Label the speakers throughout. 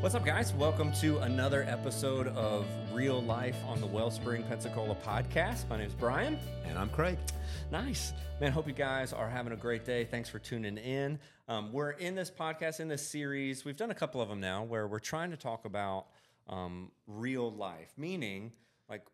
Speaker 1: What's up, guys? Welcome to another episode of Real Life on the Wellspring Pensacola podcast. My name is Brian.
Speaker 2: And I'm Craig.
Speaker 1: Nice. Man, hope you guys are having a great day. Thanks for tuning in. Um, we're in this podcast, in this series. We've done a couple of them now where we're trying to talk about um, real life, meaning, like,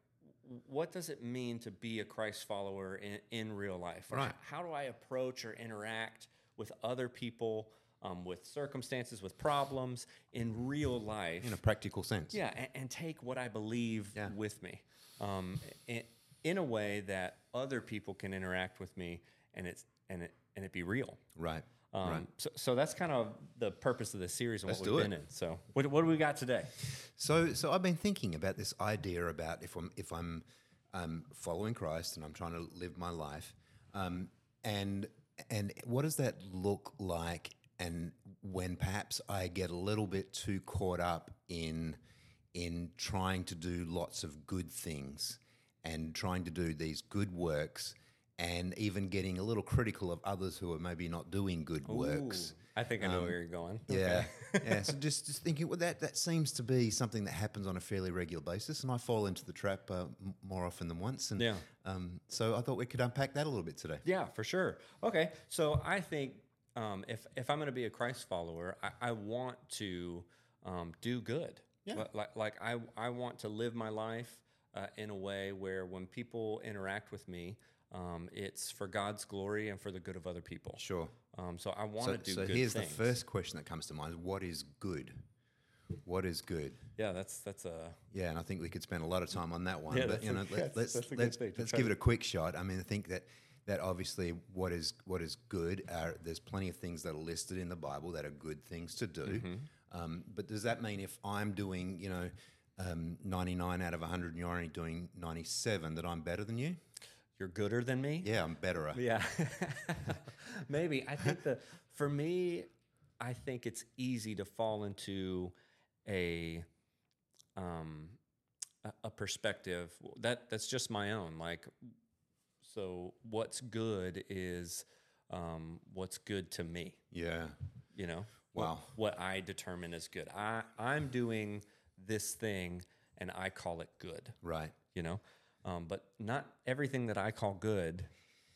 Speaker 1: what does it mean to be a Christ follower in, in real life? Like,
Speaker 2: Right.
Speaker 1: How do I approach or interact with other people, um, with circumstances, with problems in real life?
Speaker 2: In a practical sense.
Speaker 1: Yeah, and, and take what I believe
Speaker 2: Yeah.
Speaker 1: with me, um, in, in a way that other people can interact with me, and it's and it and it be real.
Speaker 2: Right.
Speaker 1: Um,
Speaker 2: right.
Speaker 1: so, so that's kind of the purpose of this series and
Speaker 2: Let's
Speaker 1: what
Speaker 2: do
Speaker 1: we've
Speaker 2: it.
Speaker 1: been in. So what, what do we got today?
Speaker 2: So, so I've been thinking about this idea about if I'm if I'm um, following Christ and I'm trying to live my life, um, and and what does that look like? And when perhaps I get a little bit too caught up in in trying to do lots of good things and trying to do these good works, and even getting a little critical of others who are maybe not doing good works.
Speaker 1: Ooh, I think I know where you're going.
Speaker 2: Um, Yeah, yeah. So just, just thinking, well, that that seems to be something that happens on a fairly regular basis, and I fall into the trap uh, m- more often than once. And
Speaker 1: Yeah.
Speaker 2: um, so I thought we could unpack that a little bit today.
Speaker 1: Yeah, for sure. Okay, so I think um, if if I'm going to be a Christ follower, I, I want to um, do good.
Speaker 2: Yeah.
Speaker 1: Li- Like like I I want to live my life uh, in a way where when people interact with me, um, it's for God's glory and for the good of other people.
Speaker 2: Sure.
Speaker 1: Um, so I want
Speaker 2: So,
Speaker 1: to do
Speaker 2: so
Speaker 1: good
Speaker 2: here's
Speaker 1: things.
Speaker 2: the first question that comes to mind: What is good? What is good?
Speaker 1: Yeah, that's that's a
Speaker 2: Yeah, and I think we could spend a lot of time on that one.
Speaker 1: Yeah,
Speaker 2: but
Speaker 1: that's
Speaker 2: you
Speaker 1: a-
Speaker 2: know,
Speaker 1: that's-
Speaker 2: let, let's
Speaker 1: that's a good
Speaker 2: let's,
Speaker 1: thing to
Speaker 2: let's
Speaker 1: try
Speaker 2: give
Speaker 1: to-
Speaker 2: it a quick shot. I mean, I think that that obviously what is what is good are there's plenty of things that are listed in the Bible that are good things to do.
Speaker 1: Mm-hmm.
Speaker 2: Um, but does that mean if I'm doing you know um, 99 out of 100 and you're only doing 97 that I'm better than you?
Speaker 1: you're gooder than me.
Speaker 2: Yeah, I'm better.
Speaker 1: Yeah. Maybe. I think the for me, I think it's easy to fall into a um a, a perspective that that's just my own. Like so what's good is um what's good to me,
Speaker 2: Yeah.
Speaker 1: you know?
Speaker 2: Wow.
Speaker 1: What, what I determine as good. I I'm doing this thing and I call it good
Speaker 2: Right.
Speaker 1: you know um, but not everything that i call good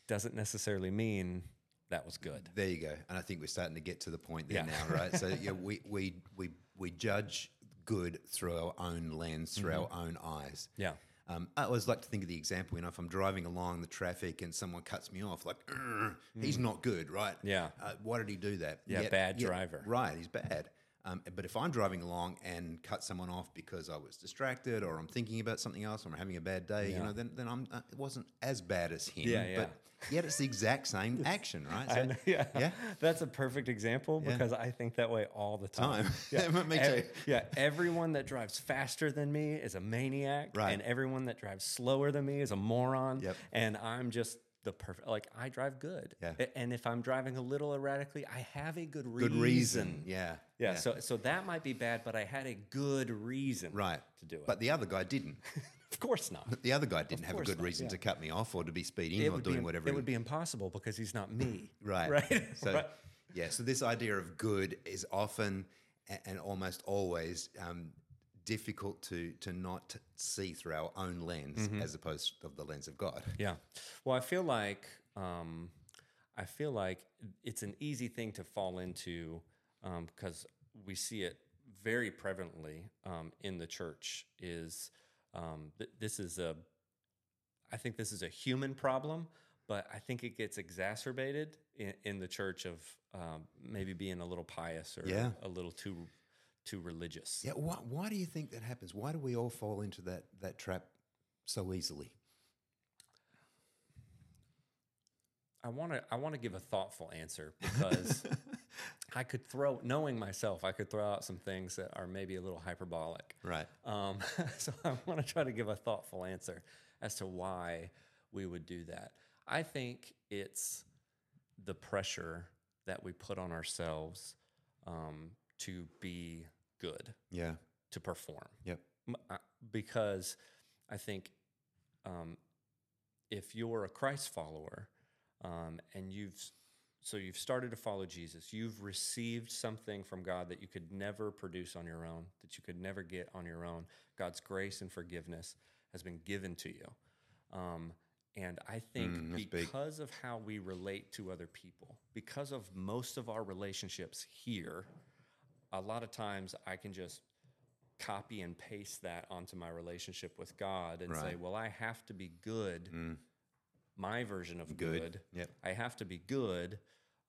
Speaker 1: doesn't necessarily mean that was good
Speaker 2: There you go. And I think we're starting to get to the point there
Speaker 1: Yeah.
Speaker 2: now, right? So yeah, we, we we we judge good through our own lens, through
Speaker 1: Mm-hmm.
Speaker 2: our own eyes.
Speaker 1: yeah
Speaker 2: Um, I always like to think of the example, you know, if I'm driving along the traffic and someone cuts me off, like, "Urgh, he's not good, right?
Speaker 1: Mm. Yeah.
Speaker 2: Uh, why did he do that?
Speaker 1: Yeah, bad driver.
Speaker 2: Right, he's bad. Um, but if I'm driving along and cut someone off because I was distracted or I'm thinking about something else or I'm having a bad day, you know, then, then I'm, uh, it wasn't as bad as him.
Speaker 1: Yeah, yeah.
Speaker 2: But yet it's the exact same action, right? So,
Speaker 1: yeah.
Speaker 2: Yeah.
Speaker 1: that's a perfect example because I think that way all the time.
Speaker 2: Time. Me
Speaker 1: Ev-
Speaker 2: too.
Speaker 1: yeah, everyone that drives faster than me is a maniac,
Speaker 2: Right.
Speaker 1: and everyone that drives slower than me is a moron.
Speaker 2: Yep.
Speaker 1: And I'm just the perfect. Like I drive good,
Speaker 2: Yeah.
Speaker 1: A- and if I'm driving a little erratically, I have a good reason.
Speaker 2: Good reason. Yeah.
Speaker 1: Yeah, So so that might be bad, but I had a good reason,
Speaker 2: Right.
Speaker 1: to do it.
Speaker 2: But the other guy didn't.
Speaker 1: of course not.
Speaker 2: The other guy didn't have a
Speaker 1: course
Speaker 2: good
Speaker 1: not,
Speaker 2: reason
Speaker 1: yeah.
Speaker 2: to cut me off or to be speeding or
Speaker 1: would
Speaker 2: doing
Speaker 1: be,
Speaker 2: whatever
Speaker 1: It
Speaker 2: he
Speaker 1: would be impossible because he's not me.
Speaker 2: Right.
Speaker 1: Right.
Speaker 2: So,
Speaker 1: Right.
Speaker 2: yeah. So this idea of good is often a- and almost always um, difficult to to not see through our own lens
Speaker 1: Mm-hmm.
Speaker 2: as opposed of the lens of God.
Speaker 1: Yeah. Well, I feel like um, I feel like it's an easy thing to fall into because we see it very prevalently um, in the church. Is um, th- this is a I think this is a human problem, but I think it gets exacerbated in, in the church of um, maybe being a little pious or
Speaker 2: Yeah.
Speaker 1: a little too too religious.
Speaker 2: Yeah. Why, why do you think that happens? Why do we all fall into that that trap so easily?
Speaker 1: I want to I want to give a thoughtful answer because I could throw knowing myself I could throw out some things that are maybe a little hyperbolic.
Speaker 2: Right.
Speaker 1: Um, so I want to try to give a thoughtful answer as to why we would do that. I think it's the pressure that we put on ourselves um, to be good,
Speaker 2: Yeah.
Speaker 1: to perform.
Speaker 2: Yep.
Speaker 1: M- I- because I think um, if you're a Christ follower um, and you've s- so you've started to follow Jesus. You've received something from God that you could never produce on your own, that you could never get on your own. God's grace and forgiveness has been given to you. Um, and I think
Speaker 2: Mm, that's big.
Speaker 1: because of how we relate to other people, because of most of our relationships here, a lot of times I can just copy and paste that onto my relationship with God and say,
Speaker 2: Right. Mm.
Speaker 1: well, I have to be good, my version of
Speaker 2: Good.
Speaker 1: good.
Speaker 2: Yep.
Speaker 1: I have to be good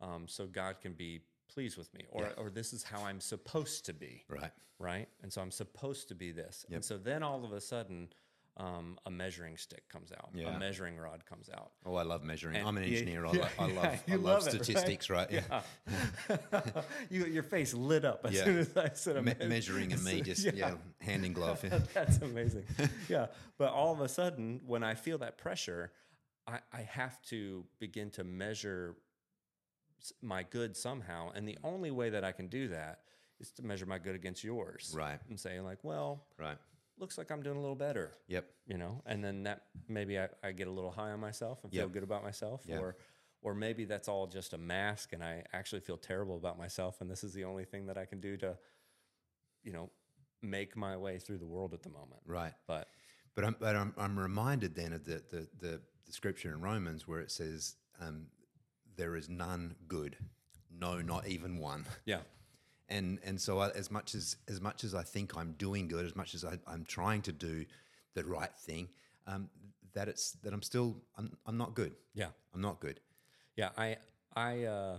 Speaker 1: um, so God can be pleased with me, or, or this is how I'm supposed to be,
Speaker 2: Right.
Speaker 1: right? And so I'm supposed to be this. And so then all of a sudden, um, a measuring stick comes out,
Speaker 2: Yeah.
Speaker 1: a measuring rod comes out.
Speaker 2: Oh, I love measuring. I'm an
Speaker 1: yeah,
Speaker 2: engineer. I,
Speaker 1: yeah,
Speaker 2: lo- I
Speaker 1: yeah,
Speaker 2: love. I
Speaker 1: you
Speaker 2: love,
Speaker 1: love it, right?
Speaker 2: statistics, right? Yeah.
Speaker 1: you, your face lit up as
Speaker 2: Yeah.
Speaker 1: soon as I said a
Speaker 2: Me-
Speaker 1: meas-
Speaker 2: measuring and me just yeah. hand in glove. Yeah.
Speaker 1: That's amazing. yeah. But all of a sudden, when I feel that pressure, I, I have to begin to measure s- my good somehow. And the only way that I can do that is to measure my good against yours.
Speaker 2: Right.
Speaker 1: And say, like, well,
Speaker 2: Right.
Speaker 1: looks like I'm doing a little better,
Speaker 2: Yep.
Speaker 1: you know? And then that maybe I, I get a little high on myself and feel
Speaker 2: Yep.
Speaker 1: good about myself.
Speaker 2: Yeah.
Speaker 1: Or, or maybe that's all just a mask and I actually feel terrible about myself. And this is the only thing that I can do to, you know, make my way through the world at the moment
Speaker 2: Right.
Speaker 1: but
Speaker 2: But I'm, but I'm, I'm reminded then of the, the, the, the scripture in Romans where it says, um, there is none good, no, not even one.
Speaker 1: yeah
Speaker 2: And, and so I, as much as, as much as I think I'm doing good, as much as I, I'm trying to do the right thing, um, that it's, that I'm still, I'm, I'm not good.
Speaker 1: yeah
Speaker 2: I'm not good.
Speaker 1: yeah i i uh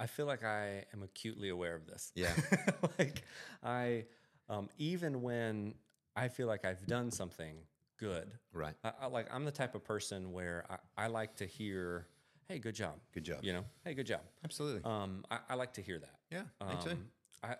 Speaker 1: i feel like i am acutely aware of this
Speaker 2: Yeah.
Speaker 1: like i um even when i feel like i've done something good
Speaker 2: Right.
Speaker 1: I, I like i'm the type of person where I, I like to hear hey good job
Speaker 2: Good job.
Speaker 1: you know hey good job
Speaker 2: Absolutely.
Speaker 1: um i, I like to hear that
Speaker 2: yeah. Me too.
Speaker 1: Um, I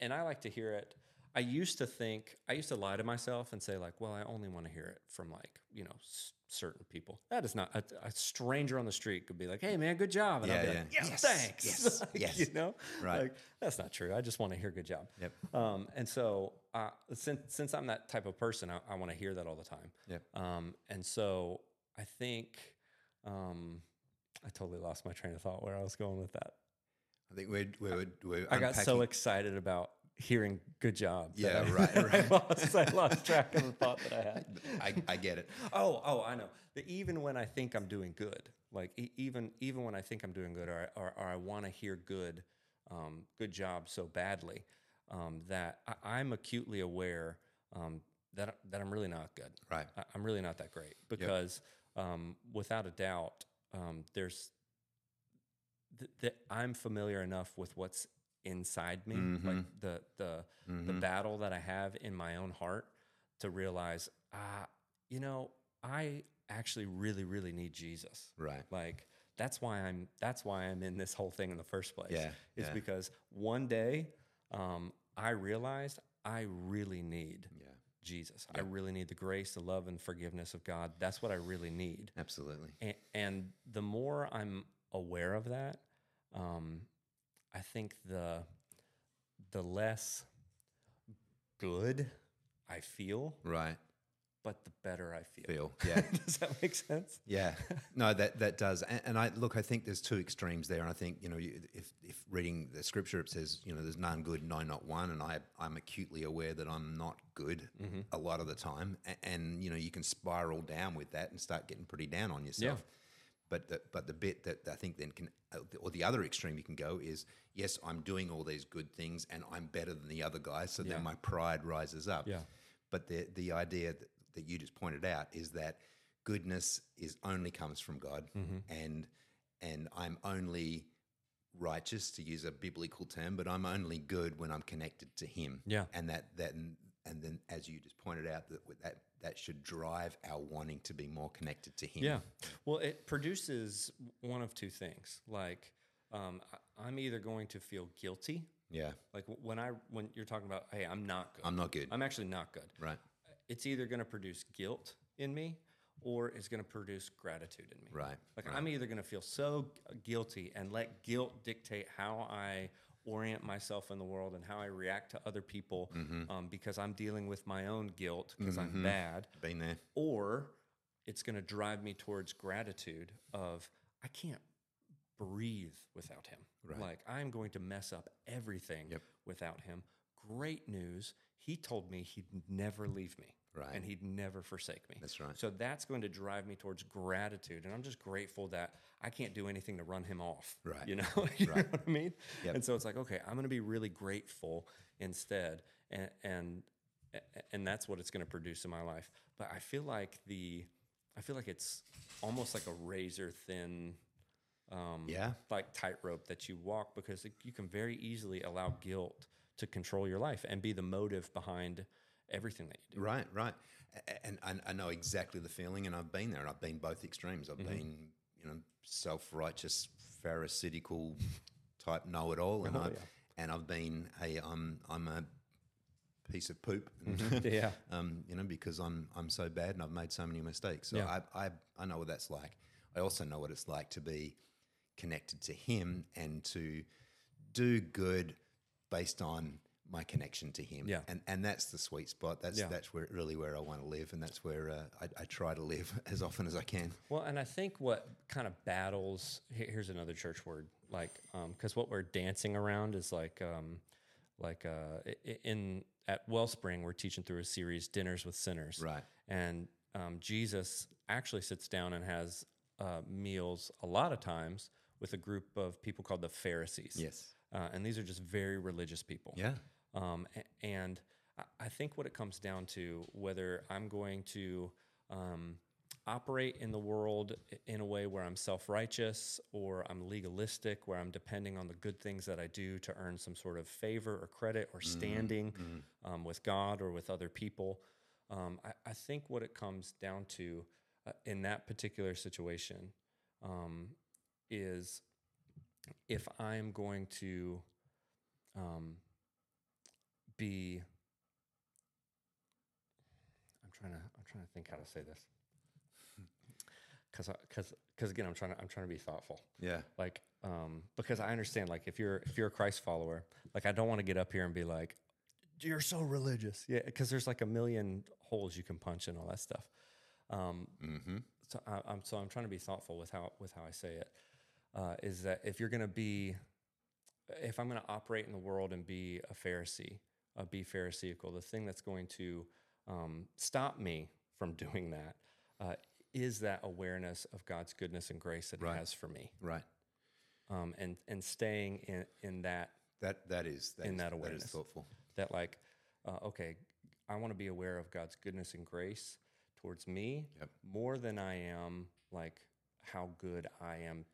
Speaker 1: and I like to hear it. I used to think I used to lie to myself and say like, well, I only want to hear it from like you know s- certain people. That is not a, a stranger on the street could be like, hey man, good job, and I'll
Speaker 2: Yeah,
Speaker 1: be like,
Speaker 2: yeah.
Speaker 1: yeah,
Speaker 2: Yes,
Speaker 1: thanks,
Speaker 2: yes,
Speaker 1: Like,
Speaker 2: yes.
Speaker 1: you know,
Speaker 2: Right.
Speaker 1: Like that's not true. I just want to hear good job.
Speaker 2: Yep.
Speaker 1: Um, and so uh, since since I'm that type of person, I, I want to hear that all the time.
Speaker 2: Yep.
Speaker 1: Um, and so I think um, I totally lost my train of thought where I was going with that.
Speaker 2: I think we're, we're, we're
Speaker 1: I got so
Speaker 2: unpacking-
Speaker 1: excited about hearing good job. that
Speaker 2: Yeah,
Speaker 1: I-
Speaker 2: right, right.
Speaker 1: I lost, I lost track of the thought that I had.
Speaker 2: I, I get it.
Speaker 1: Oh, oh, I know. That even when I think I'm doing good, like e- even even when I think I'm doing good, or I- or, or I want to hear good, um, good job so badly, um, that I, I'm acutely aware um, that that I'm really not good.
Speaker 2: Right.
Speaker 1: I, I'm really not that great because um, without a doubt, um, there's th- that I'm familiar enough with what's inside me, like the the the
Speaker 2: Mm-hmm.
Speaker 1: battle that I have in my own heart, to realize, ah, you know, I actually really really need Jesus.
Speaker 2: Right.
Speaker 1: Like that's why I'm that's why I'm in this whole thing in the first place.
Speaker 2: Yeah,
Speaker 1: Is
Speaker 2: yeah.
Speaker 1: because one day um, I realized I really need
Speaker 2: Yeah.
Speaker 1: Jesus. I really need the grace, the love, and forgiveness of God. That's what I really need.
Speaker 2: Absolutely.
Speaker 1: And, and the more I'm aware of that, um, I think the the less good I feel,
Speaker 2: Right.
Speaker 1: but the better I feel.
Speaker 2: Feel. Yeah.
Speaker 1: Does that make sense?
Speaker 2: Yeah, no, that that does, and, and I look. I think there's two extremes there, and I think you know, you, if if reading the scripture, it says you know, there's none good, no, not one, and I I'm acutely aware that I'm not good a lot of the time, and, and you know, you can spiral down with that and start getting pretty down on yourself. But the, but the bit that I think then can, uh, or the other extreme you can go is yes, I'm doing all these good things and I'm better than the other guy, so
Speaker 1: Yeah.
Speaker 2: then my pride rises up.
Speaker 1: Yeah.
Speaker 2: But the the idea that, that you just pointed out is that goodness is only comes from God,
Speaker 1: Mm-hmm.
Speaker 2: and and I'm only righteous to use a biblical term, but I'm only good when I'm connected to Him.
Speaker 1: Yeah.
Speaker 2: and that that and, and then as you just pointed out that with that that should drive our wanting to be more connected to Him.
Speaker 1: Yeah. Well, it produces one of two things. Like, um, I, I'm either going to feel guilty,
Speaker 2: yeah,
Speaker 1: like w- when I when you're talking about, hey, I'm not good.
Speaker 2: I'm not good.
Speaker 1: I'm actually not good.
Speaker 2: right,
Speaker 1: it's either going to produce guilt in me or it's going to produce gratitude in me.
Speaker 2: right,
Speaker 1: Like I'm either going to feel so gu- guilty and let guilt dictate how I orient myself in the world and how I react to other people
Speaker 2: Mm-hmm.
Speaker 1: um, because I'm dealing with my own guilt because I'm bad,
Speaker 2: been there.
Speaker 1: or it's going to drive me towards gratitude of I can't breathe without him.
Speaker 2: Right.
Speaker 1: Like I'm going to mess up everything
Speaker 2: Yep.
Speaker 1: without him. Great news. He told me he'd never leave me.
Speaker 2: Right.
Speaker 1: And he'd never forsake me.
Speaker 2: That's right.
Speaker 1: So that's going to drive me towards gratitude. And I'm just grateful that I can't do anything to run him off.
Speaker 2: Right.
Speaker 1: You know, you know
Speaker 2: Right.
Speaker 1: what I mean?
Speaker 2: Yep.
Speaker 1: And so it's like, okay, I'm going to be really grateful instead. And, and, and that's what it's going to produce in my life. But I feel like the, I feel like it's almost like a razor thin
Speaker 2: yeah.
Speaker 1: like tightrope that you walk because it- you can very easily allow guilt to control your life and be the motive behind everything that you do.
Speaker 2: Right, right. A- And, and I know exactly the feeling, and I've been there, and I've been both extremes. I've been, you know, self-righteous, pharisaical type know-it-all, and I've and I've been, hey, I'm I'm a piece of poop,
Speaker 1: Yeah.
Speaker 2: um, you know, because I'm I'm so bad and I've made so many mistakes. So
Speaker 1: Yeah.
Speaker 2: I, I I know what that's like. I also know what it's like to be connected to Him and to do good based on my connection to Him.
Speaker 1: Yeah.
Speaker 2: and and that's the sweet spot. That's
Speaker 1: Yeah.
Speaker 2: that's where really where I want to live, and that's where uh, I, I try to live as often as I can.
Speaker 1: Well, and I think what kind of battles here- here's another church word like because what we're dancing around is like um, like uh, i- i- in at Wellspring we're teaching through a series dinners with sinners
Speaker 2: Right.
Speaker 1: and um, Jesus actually sits down and has uh, meals a lot of times with a group of people called the Pharisees
Speaker 2: Yes.
Speaker 1: uh, and these are just very religious people
Speaker 2: Yeah.
Speaker 1: um, a- and I- I think what it comes down to whether I'm going to um, operate in the world i- in a way where I'm self righteous or I'm legalistic, where I'm depending on the good things that I do to earn some sort of favor or credit or standing um, with God or with other people. Um, I, I think what it comes down to uh, in that particular situation um, is if I am going to um, be I'm trying to I'm trying to think how to say this because because because again I'm trying to I'm trying to be thoughtful
Speaker 2: Yeah.
Speaker 1: like um because I understand like if you're if you're a Christ follower like I don't want to get up here and be like you're so religious yeah because there's like a million holes you can punch and all that stuff um
Speaker 2: Mm-hmm.
Speaker 1: so I, I'm so I'm trying to be thoughtful with how with how I say it. Uh, is that if you're going to be, if I'm going to operate in the world and be a Pharisee, uh, be Pharisaical, the thing that's going to um, stop me from doing that uh, is that awareness of God's goodness and grace that He
Speaker 2: Right.
Speaker 1: has for me,
Speaker 2: Right.
Speaker 1: um, and and staying in in that
Speaker 2: That that is that
Speaker 1: In
Speaker 2: is-
Speaker 1: that
Speaker 2: That
Speaker 1: awareness.
Speaker 2: is thoughtful.
Speaker 1: that like uh, okay i want to be aware of god's goodness and grace towards me
Speaker 2: Yep.
Speaker 1: more than i am like how good i am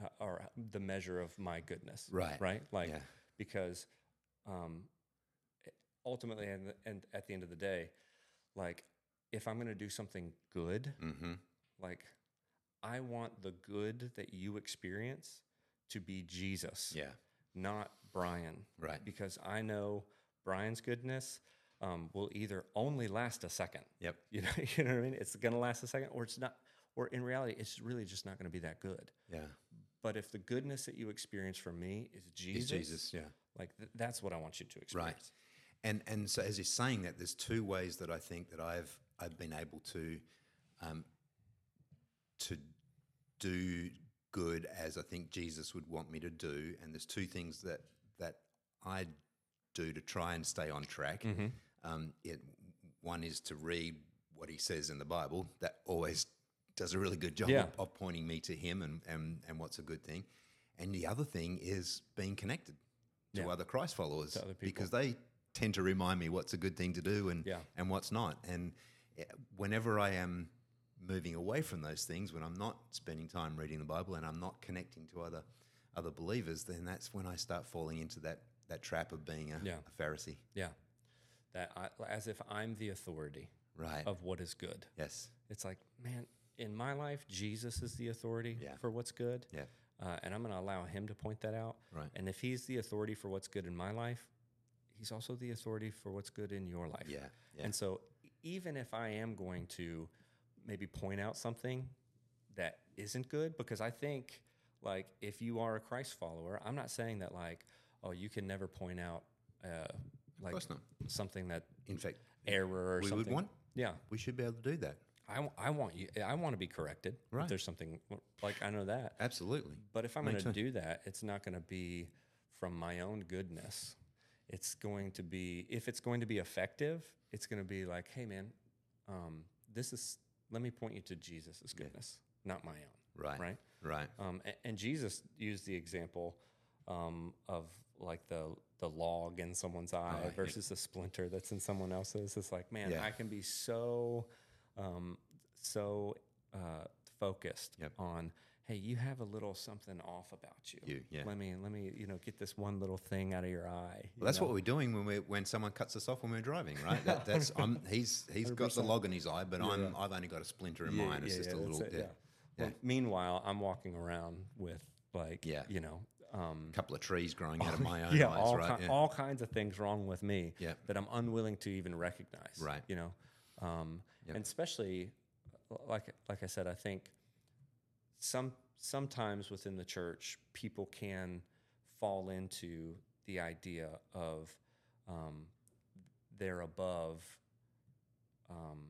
Speaker 1: uh, or the measure of my goodness
Speaker 2: Right.
Speaker 1: right like
Speaker 2: Yeah.
Speaker 1: because um ultimately and, and at the end of the day like if i'm going to do something good
Speaker 2: Mm-hmm.
Speaker 1: like i want the good that you experience to be jesus
Speaker 2: Yeah.
Speaker 1: not Brian.
Speaker 2: Right.
Speaker 1: Because I know Brian's goodness um, will either only last a second.
Speaker 2: Yep.
Speaker 1: You know, you know what I mean? It's going to last a second, or it's not, or in reality, it's really just not going to be that good.
Speaker 2: Yeah.
Speaker 1: But if the goodness that you experience from me is Jesus,
Speaker 2: It's Jesus. Yeah.
Speaker 1: like th- that's what I want you to experience.
Speaker 2: Right. And and so as you're saying that, there's two ways that I think that I've I've been able to um, to do good as I think Jesus would want me to do. And there's two things that that I do to try and stay on track.
Speaker 1: Mm-hmm.
Speaker 2: Um, it one is to read what he says in the Bible. That always does a really good job
Speaker 1: Yeah.
Speaker 2: of, of pointing me to him and, and and what's a good thing. And the other thing is being connected to
Speaker 1: Yeah.
Speaker 2: other Christ followers
Speaker 1: other people.
Speaker 2: because they tend to remind me what's a good thing to do and
Speaker 1: Yeah.
Speaker 2: and what's not. And eh, whenever I am moving away from those things, when I'm not spending time reading the Bible and I'm not connecting to other other believers, then that's when I start falling into that that trap of being a,
Speaker 1: Yeah.
Speaker 2: a Pharisee.
Speaker 1: Yeah. That I, as if I'm the authority
Speaker 2: Right.
Speaker 1: of what is good.
Speaker 2: Yes.
Speaker 1: It's like, man, in my life, Jesus is the authority
Speaker 2: Yeah.
Speaker 1: for what's good.
Speaker 2: Yeah.
Speaker 1: uh, and I'm going to allow him to point that out.
Speaker 2: Right.
Speaker 1: And if he's the authority for what's good in my life, he's also the authority for what's good in your life.
Speaker 2: Yeah. Yeah.
Speaker 1: And so, e- even if I am going to maybe point out something that isn't good, because I think, like, if you are a Christ follower, I'm not saying that, like, oh, you can never point out, uh, like,
Speaker 2: course not.
Speaker 1: something that
Speaker 2: In fact,
Speaker 1: error or
Speaker 2: We would
Speaker 1: something.
Speaker 2: want-
Speaker 1: Yeah.
Speaker 2: we should be able to do that.
Speaker 1: I, w- I want you. I want to be corrected.
Speaker 2: Right.
Speaker 1: If there's something like I know that.
Speaker 2: Absolutely.
Speaker 1: But if I'm going
Speaker 2: Makes
Speaker 1: to do that, it's not going to be from my own goodness. It's going to be, if it's going to be effective, it's going to be like, hey, man, um, this is, let me point you to Jesus' goodness, not my own.
Speaker 2: Right.
Speaker 1: Right.
Speaker 2: Right.
Speaker 1: Um, and, and Jesus used the example um, of like the, the log in someone's eye
Speaker 2: Oh, yeah.
Speaker 1: versus the splinter that's in someone else's. It's like, man,
Speaker 2: Yeah.
Speaker 1: I can be so, um, so uh, focused
Speaker 2: Yep.
Speaker 1: on, hey, you have a little something off about you.
Speaker 2: You, yeah.
Speaker 1: Let me, let me, you know, get this one little thing out of your eye. you
Speaker 2: Well, that's
Speaker 1: know?
Speaker 2: what we're doing when we when someone cuts us off when we're driving, right? That, that's I'm, he's he's got the log in his eye, but I'm I've only got a splinter in mine. It's just a
Speaker 1: that's
Speaker 2: little
Speaker 1: it,
Speaker 2: yeah,
Speaker 1: Well, meanwhile, I'm walking around with like,
Speaker 2: Yeah.
Speaker 1: you know, um,
Speaker 2: couple of trees growing out of my own eyes,
Speaker 1: Oh, all,
Speaker 2: right?
Speaker 1: ki-
Speaker 2: yeah.
Speaker 1: all kinds of things wrong with me
Speaker 2: Yeah.
Speaker 1: that I'm unwilling to even recognize.
Speaker 2: Right.
Speaker 1: You know, um, and especially l- like like I said, I think some sometimes within the church people can fall into the idea of um, they're above um,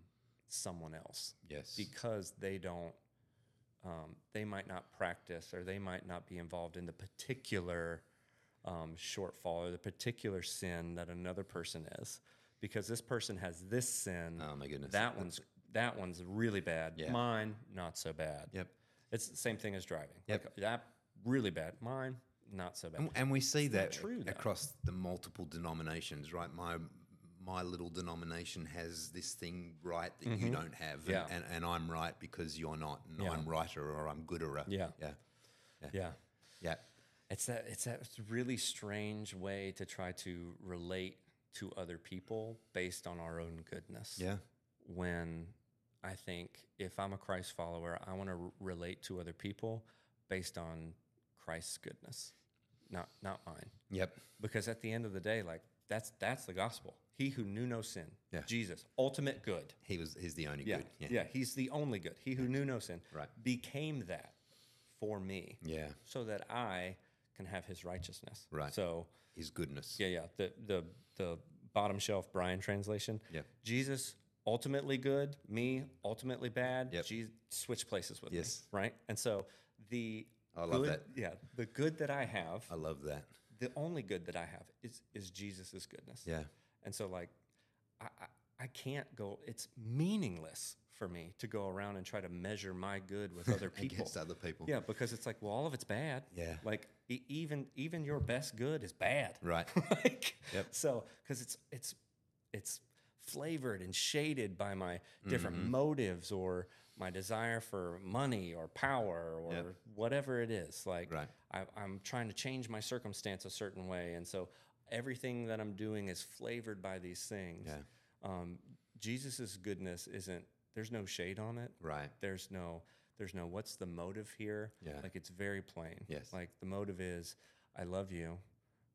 Speaker 1: someone else
Speaker 2: yes,
Speaker 1: because they don't um, they might not practice or they might not be involved in the particular um, shortfall or the particular sin that another person is because this person has this sin
Speaker 2: Oh, my goodness.
Speaker 1: that one's that one's really bad
Speaker 2: Yeah.
Speaker 1: mine not so bad
Speaker 2: yep.
Speaker 1: it's the same thing as driving
Speaker 2: Yep.
Speaker 1: like, that really bad mine not so bad
Speaker 2: And, and we see that
Speaker 1: true, though.
Speaker 2: across the multiple denominations, right? My my little denomination has this thing right that you don't have, and,
Speaker 1: Mm-hmm. Yeah.
Speaker 2: and, and I'm right because you're not, and
Speaker 1: Yeah.
Speaker 2: I'm righter or I'm gooder.
Speaker 1: Yeah.
Speaker 2: yeah,
Speaker 1: yeah
Speaker 2: yeah,
Speaker 1: It's that it's that really strange way to try to relate to other people based on our own goodness.
Speaker 2: yeah,
Speaker 1: When I think if I'm a Christ follower, I want to r- relate to other people based on Christ's goodness, not not mine.
Speaker 2: yep,
Speaker 1: Because at the end of the day, like that's that's the gospel. He who knew no sin,
Speaker 2: Yeah.
Speaker 1: Jesus, ultimate good.
Speaker 2: He was he's the only
Speaker 1: Yeah.
Speaker 2: good.
Speaker 1: yeah, He's the only good. He who knew no sin
Speaker 2: Right.
Speaker 1: became that for me
Speaker 2: yeah,
Speaker 1: so that I can have his righteousness.
Speaker 2: Right.
Speaker 1: So
Speaker 2: his goodness.
Speaker 1: yeah, yeah. The the the bottom shelf Brian translation.
Speaker 2: Yep.
Speaker 1: Jesus ultimately good, me ultimately bad.
Speaker 2: Yep.
Speaker 1: Jesus switch places with
Speaker 2: Yes.
Speaker 1: me. Right. And so the
Speaker 2: I love
Speaker 1: good-
Speaker 2: that.
Speaker 1: Yeah. The good that I have,
Speaker 2: I love that.
Speaker 1: the only good that I have is is Jesus's goodness.
Speaker 2: Yeah.
Speaker 1: And so like I, I I can't go it's meaningless for me to go around and try to measure my good with other people.
Speaker 2: Against other people.
Speaker 1: Yeah, because it's like, well, all of it's bad.
Speaker 2: Yeah.
Speaker 1: Like e- even even your best good is bad.
Speaker 2: Right.
Speaker 1: like,
Speaker 2: Yep.
Speaker 1: So because it's it's it's flavored and shaded by my different
Speaker 2: Mm-hmm.
Speaker 1: motives or my desire for money or power or whatever it is. Like
Speaker 2: Right.
Speaker 1: I, I'm trying to change my circumstance a certain way, and so everything that I'm doing is flavored by these things.
Speaker 2: Yeah.
Speaker 1: Um, Jesus's goodness isn't. There's no shade on it
Speaker 2: Right.
Speaker 1: there's no there's no what's the motive here
Speaker 2: Yeah.
Speaker 1: like it's very plain
Speaker 2: Yes.
Speaker 1: like the motive is i love you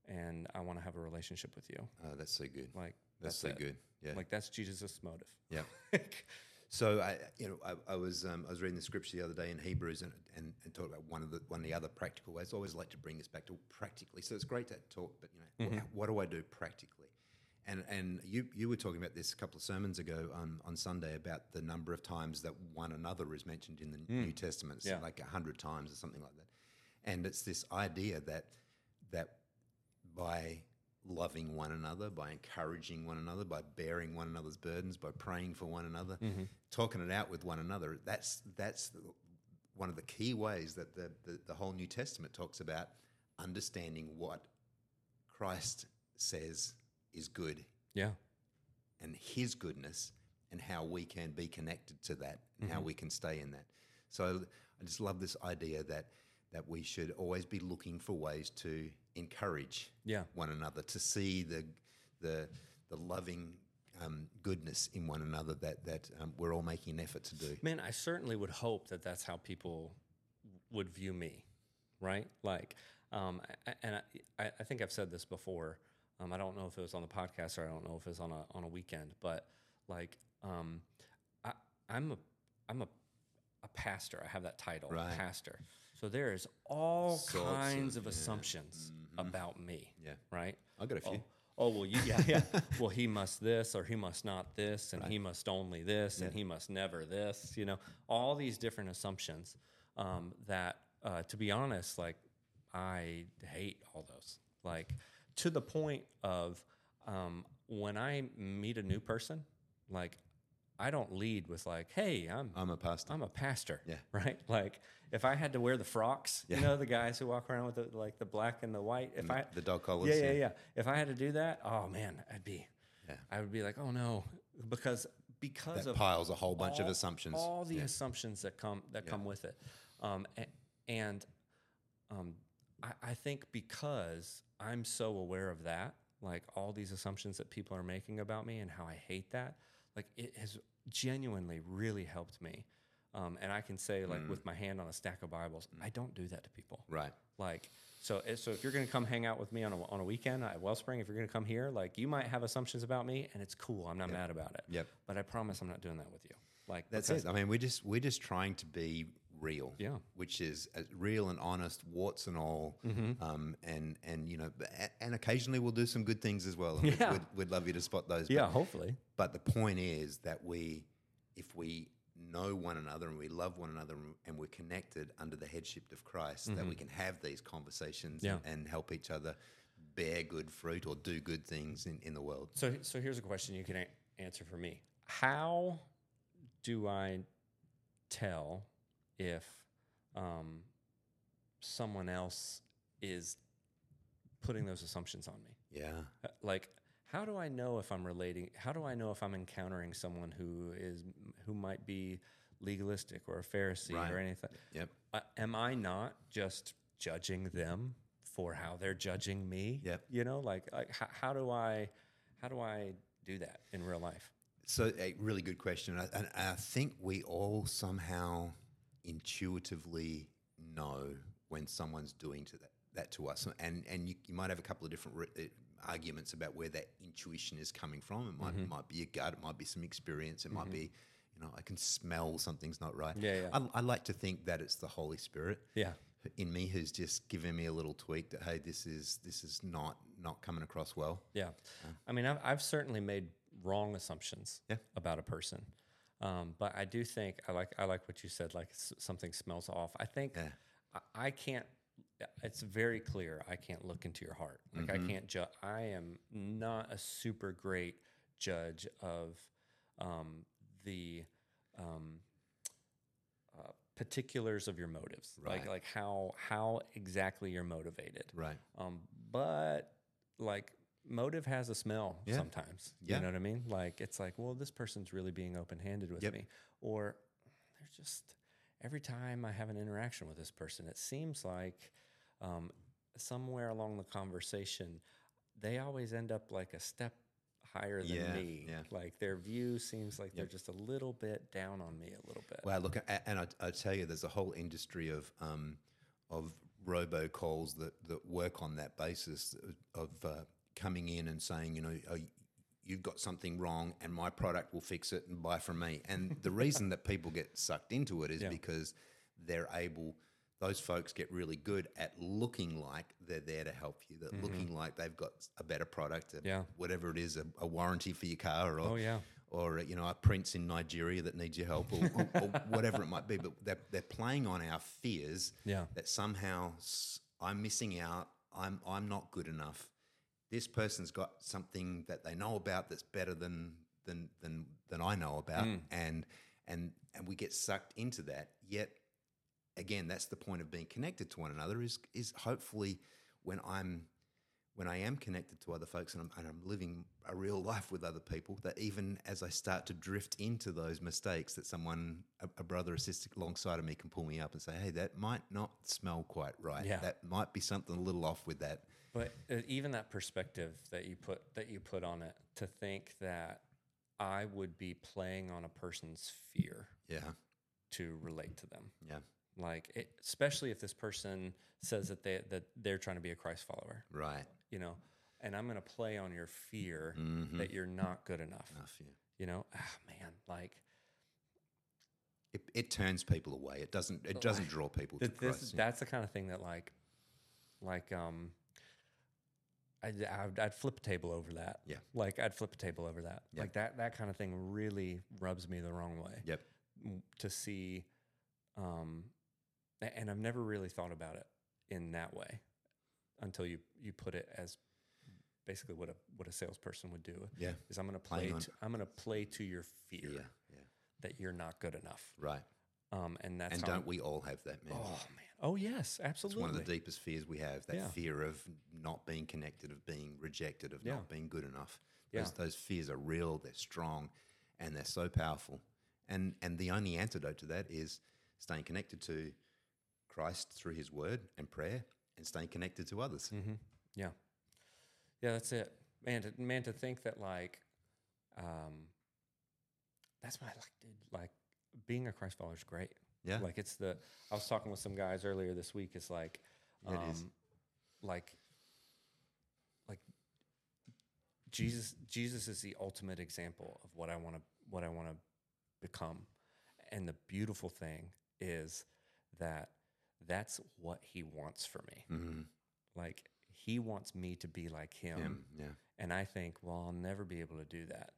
Speaker 1: and i want to have a relationship with you
Speaker 2: Oh, that's so good.
Speaker 1: like that's,
Speaker 2: that's, so
Speaker 1: it.
Speaker 2: good. Yeah.
Speaker 1: like that's jesus' motive
Speaker 2: yeah. So I, you know, I, I was um, I was reading the scripture the other day in Hebrews and, and, and talked about one of the one of the other practical ways. I always like to bring this back to practically. So it's great to talk, but you know,
Speaker 1: Mm-hmm.
Speaker 2: what, what do I do practically? And and you you were talking about this a couple of sermons ago on on Sunday about the number of times that one another is mentioned in the New Testament, it's
Speaker 1: Mm. Yeah.
Speaker 2: like a hundred times or something like that. And it's this idea that that by loving one another, by encouraging one another, by bearing one another's burdens, by praying for one another, talking it out with one another. That's that's the- one of the key ways that the, the, the whole New Testament talks about understanding what Christ says is good
Speaker 1: yeah
Speaker 2: and his goodness and how we can be connected to that and how we can stay in that. So I just love this idea that that we should always be looking for ways to encourage
Speaker 1: Yeah.
Speaker 2: one another to see the the the loving um, goodness in one another that that um, we're all making an effort to do.
Speaker 1: man i certainly would hope that that's how people would view me right like um, I- I- and I, I- I think i've said this before um, i don't know if it was on the podcast or i don't know if it was on a, on a weekend but like um, I, i'm a i'm a, a pastor i have that title
Speaker 2: Right.
Speaker 1: pastor so there is all
Speaker 2: Sorts of-
Speaker 1: kinds of, assumptions about me
Speaker 2: Mm-hmm. Yeah.
Speaker 1: right
Speaker 2: I got a few.
Speaker 1: all, oh well you, yeah yeah well he must this or he must not this and he must only this and he must never this you know all these different assumptions um, that uh, to be honest like i hate all those like to the point of um, when i meet a new person like i don't lead with like hey i'm
Speaker 2: Oh, I'm a pastor.
Speaker 1: I'm a pastor.
Speaker 2: Yeah.
Speaker 1: Right. Like if I had to wear the frocks, you know, the guys who walk around with the, like the black and the white. If I
Speaker 2: the dog collars.
Speaker 1: yeah, yeah, yeah. If I had to do that, oh man, I'd be,
Speaker 2: Yeah.
Speaker 1: I would be like, oh no, because because
Speaker 2: That
Speaker 1: of
Speaker 2: piles a whole bunch of
Speaker 1: all-
Speaker 2: assumptions.
Speaker 1: all the assumptions that come that come with it, um, a- and um, I, I think because I'm so aware of that, like all these assumptions that people are making about me and how I hate that, like it has genuinely really helped me. Um, and I can say,
Speaker 2: Mm.
Speaker 1: like, with my hand on a stack of Bibles, I don't do that to people.
Speaker 2: Right.
Speaker 1: Like, so eh, so if you're going to come hang out with me on a, on a weekend at Wellspring, if you're going to come here, like, you might have assumptions about me, and it's cool. I'm not mad about it.
Speaker 2: Yep.
Speaker 1: But I promise I'm not doing that with you. Like,
Speaker 2: That's
Speaker 1: because-
Speaker 2: it. I mean, we're just we're just trying to be real.
Speaker 1: Yeah.
Speaker 2: Which is uh, real and honest, warts and all.
Speaker 1: Mm-hmm.
Speaker 2: Um, and and you know, b- a- and occasionally we'll do some good things as well. And we'd,
Speaker 1: Yeah.
Speaker 2: we'd, we'd love you to spot those.
Speaker 1: Yeah, hopefully.
Speaker 2: But the point is that we, if we know one another and we love one another and- and we're connected under the headship of Christ, that we can have these conversations
Speaker 1: Mm-hmm. Yeah.
Speaker 2: and, and help each other bear good fruit or do good things in, in the world.
Speaker 1: So, so here's a question you can a- answer for me. How do I tell if um, someone else is putting those assumptions on me?
Speaker 2: Yeah.
Speaker 1: Uh, Like, how do I know if I'm relating? How do I know if I'm encountering someone who is who might be legalistic or a Pharisee
Speaker 2: Right.
Speaker 1: or anything?
Speaker 2: Yep.
Speaker 1: uh, am I not just judging them for how they're judging me?
Speaker 2: Yep.
Speaker 1: You know, like, like how, how do I, how do I do that in real life?
Speaker 2: So, a really good question. I- And I think we all somehow intuitively know when someone's doing to that, that to us. And, and you, you might have a couple of different re- uh, arguments about where that intuition is coming from. It
Speaker 1: Mm-hmm.
Speaker 2: might, might be your gut, it might be some experience, it might be, you know, I can smell something's not right.
Speaker 1: Yeah, yeah.
Speaker 2: I, I like to think that it's the Holy Spirit
Speaker 1: Yeah.
Speaker 2: in me who's just giving me a little tweak that, hey, this is, this is not, not coming across well.
Speaker 1: Yeah. I mean, I've, I've certainly made wrong assumptions
Speaker 2: Yeah.
Speaker 1: about a person. Um, but I do think I like, I like what you said, like s- something smells off. I think
Speaker 2: Yeah.
Speaker 1: I, I can't, it's very clear. I can't look into your heart. Like I can't judge. I am not a super great judge of, um, the, um, uh, particulars of your motives, like
Speaker 2: Right.
Speaker 1: like how how exactly you're motivated,
Speaker 2: Right.
Speaker 1: um, but like motive has a smell
Speaker 2: Yeah.
Speaker 1: sometimes.
Speaker 2: Yeah.
Speaker 1: You know what I mean? Like it's like, well, this person's really being open handed with
Speaker 2: Yep.
Speaker 1: me. Or they're just every time I have an interaction with this person, it seems like um, somewhere along the conversation, they always end up like a step higher than
Speaker 2: Yeah,
Speaker 1: me.
Speaker 2: yeah.
Speaker 1: Like their view seems like they're just a little bit down on me a little bit.
Speaker 2: Wow, look, a- and I, I tell you, there's a whole industry of um, of robocalls that that work on that basis of uh, coming in and saying, you know, oh, you've got something wrong, and my product will fix it, and buy from me. And the reason that people get sucked into it is because they're able. Those folks get really good at looking like they're there to help you. That looking like they've got a better product, a,
Speaker 1: Mm-hmm. Yeah.
Speaker 2: whatever it is, a, a warranty for your car, or
Speaker 1: Oh, yeah.
Speaker 2: or you know a prince in Nigeria that needs your help, or, or, or whatever it might be. But they're, they're playing on our fears
Speaker 1: Yeah.
Speaker 2: that somehow s- I'm missing out. I'm I'm not good enough. This person's got something that they know about that's better than than than than I know about, and and and we get sucked into that. Yet again, that's the point of being connected to one another. Is is hopefully when I'm when I am connected to other folks and I'm, and I'm living a real life with other people, that even as I start to drift into those mistakes, that someone, a, a brother or sister alongside of me, can pull me up and say, "Hey, that might not smell quite right.
Speaker 1: Yeah.
Speaker 2: That might be something a little off with that."
Speaker 1: But uh, even that perspective that you put that you put on it to think that I would be playing on a person's fear
Speaker 2: Yeah,
Speaker 1: to relate to them,
Speaker 2: yeah,
Speaker 1: like it, especially if this person says that they that they're trying to be a Christ follower,
Speaker 2: right.
Speaker 1: you know, and I'm going to play on your fear that you're not good enough,
Speaker 2: Mm-hmm. Enough, yeah.
Speaker 1: you know. Ah, man, like
Speaker 2: It, it turns people away. It doesn't. It doesn't draw people to
Speaker 1: Th- this,
Speaker 2: Christ. yeah.
Speaker 1: that's the kind of thing that like like um I'd, I'd, I'd flip a table over that.
Speaker 2: Yeah.
Speaker 1: Like I'd flip a table over that.
Speaker 2: Yeah.
Speaker 1: Like that that kind of thing really rubs me the wrong way.
Speaker 2: Yep.
Speaker 1: m- To see, um, a- and I've never really thought about it in that way until you you put it as basically what a what a salesperson would do
Speaker 2: Yeah.
Speaker 1: is I'm going to play
Speaker 2: Playing on-
Speaker 1: to, I'm going to play to your fear
Speaker 2: Yeah. Yeah.
Speaker 1: that you're not good enough.
Speaker 2: Right.
Speaker 1: Um, and that's
Speaker 2: and
Speaker 1: how-
Speaker 2: don't we all have that, man?
Speaker 1: oh man oh yes absolutely
Speaker 2: It's one of the deepest fears we have that
Speaker 1: Yeah.
Speaker 2: fear of not being connected, of being rejected, of
Speaker 1: Yeah.
Speaker 2: not being good enough.
Speaker 1: Yeah.
Speaker 2: Those, those fears are real, they're strong, and they're so powerful. And, and the only antidote to that is staying connected to Christ through his word and prayer and staying connected to others.
Speaker 1: Mm-hmm. Yeah. Yeah, that's it. Man, to, man, to think that like, um, that's why, like, dude, like being a Christ follower is great.
Speaker 2: Yeah.
Speaker 1: Like it's the, I was talking with some guys earlier this week. It's like, um,
Speaker 2: Yeah, it is.
Speaker 1: like, like Jesus, Jesus is the ultimate example of what I want to, what I want to become. And the beautiful thing is that that's what he wants for me.
Speaker 2: Mhm.
Speaker 1: Like he wants me to be like him.
Speaker 2: Him, yeah.
Speaker 1: And I think, well, I'll never be able to do that.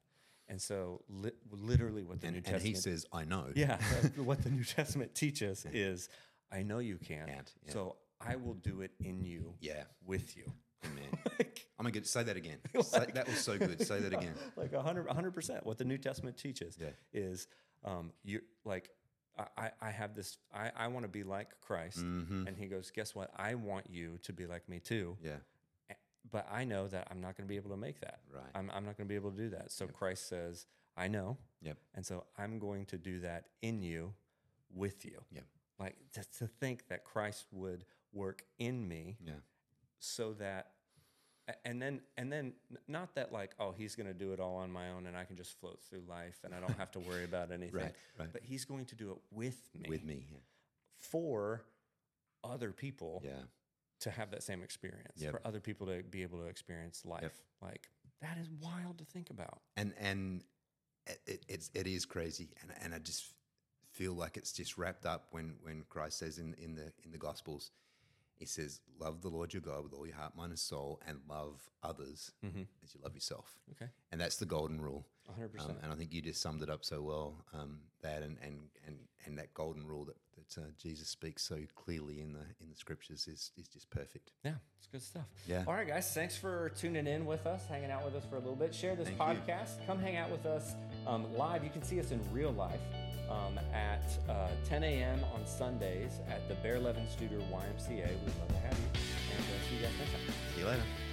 Speaker 1: And so, li- literally, what the New
Speaker 2: And, and he
Speaker 1: Testament,
Speaker 2: says, I know.
Speaker 1: yeah, uh, what the New Testament teaches is, I know you can,
Speaker 2: Can't, yeah.
Speaker 1: so I will do it in you,
Speaker 2: Yeah.
Speaker 1: with you.
Speaker 2: Amen.
Speaker 1: like,
Speaker 2: I'm going to say that again. say, that was so good. Say that again.
Speaker 1: like a hundred, a hundred percent. What the New Testament teaches
Speaker 2: Mm-hmm. Yeah.
Speaker 1: is, um, you like, I, I- I have this. I, I want to be like Christ, and He goes, guess what? I want you to be like me too.
Speaker 2: Mm-hmm. Yeah.
Speaker 1: but I know that I'm not going to be able to make that.
Speaker 2: Right.
Speaker 1: I'm, I'm not going to be able to do that. So Christ says, I know.
Speaker 2: Yep.
Speaker 1: And so I'm going to do that in you, with you.
Speaker 2: Yep.
Speaker 1: Like just to think that Christ would work in me
Speaker 2: Yeah.
Speaker 1: so that, a- and then, and then n- not that like, oh, he's going to do it all on my own and I can just float through life and I don't have to worry about anything.
Speaker 2: Right, right.
Speaker 1: But he's going to do it with me,
Speaker 2: With me.
Speaker 1: for other people
Speaker 2: Yeah.
Speaker 1: to have that same experience
Speaker 2: Yep.
Speaker 1: for other people to be able to experience life. Like that is wild to think about.
Speaker 2: and and it- it, it's it is crazy, and and I just feel like it's just wrapped up when when Christ says in in the in the Gospels, He says, "Love the Lord your God with all your heart, mind, and soul, and love others as you love yourself."
Speaker 1: Okay.
Speaker 2: and that's the golden rule.
Speaker 1: 100%.
Speaker 2: Um, and I think you just summed it up so well. Um, that and, and and and that golden rule that that uh, Jesus speaks so clearly in the in the scriptures is is just perfect.
Speaker 1: Yeah, it's good stuff.
Speaker 2: Yeah.
Speaker 1: All right, guys. Thanks for tuning in with us, hanging out with us for a little bit. Share this
Speaker 2: Thank you.
Speaker 1: podcast. Come hang out with us um, live. You can see us in real life um, at uh, 10 a.m. on Sundays at the Bear Levin Studer YMCA. We'd love to have you. And uh, see you guys next time.
Speaker 2: See you later.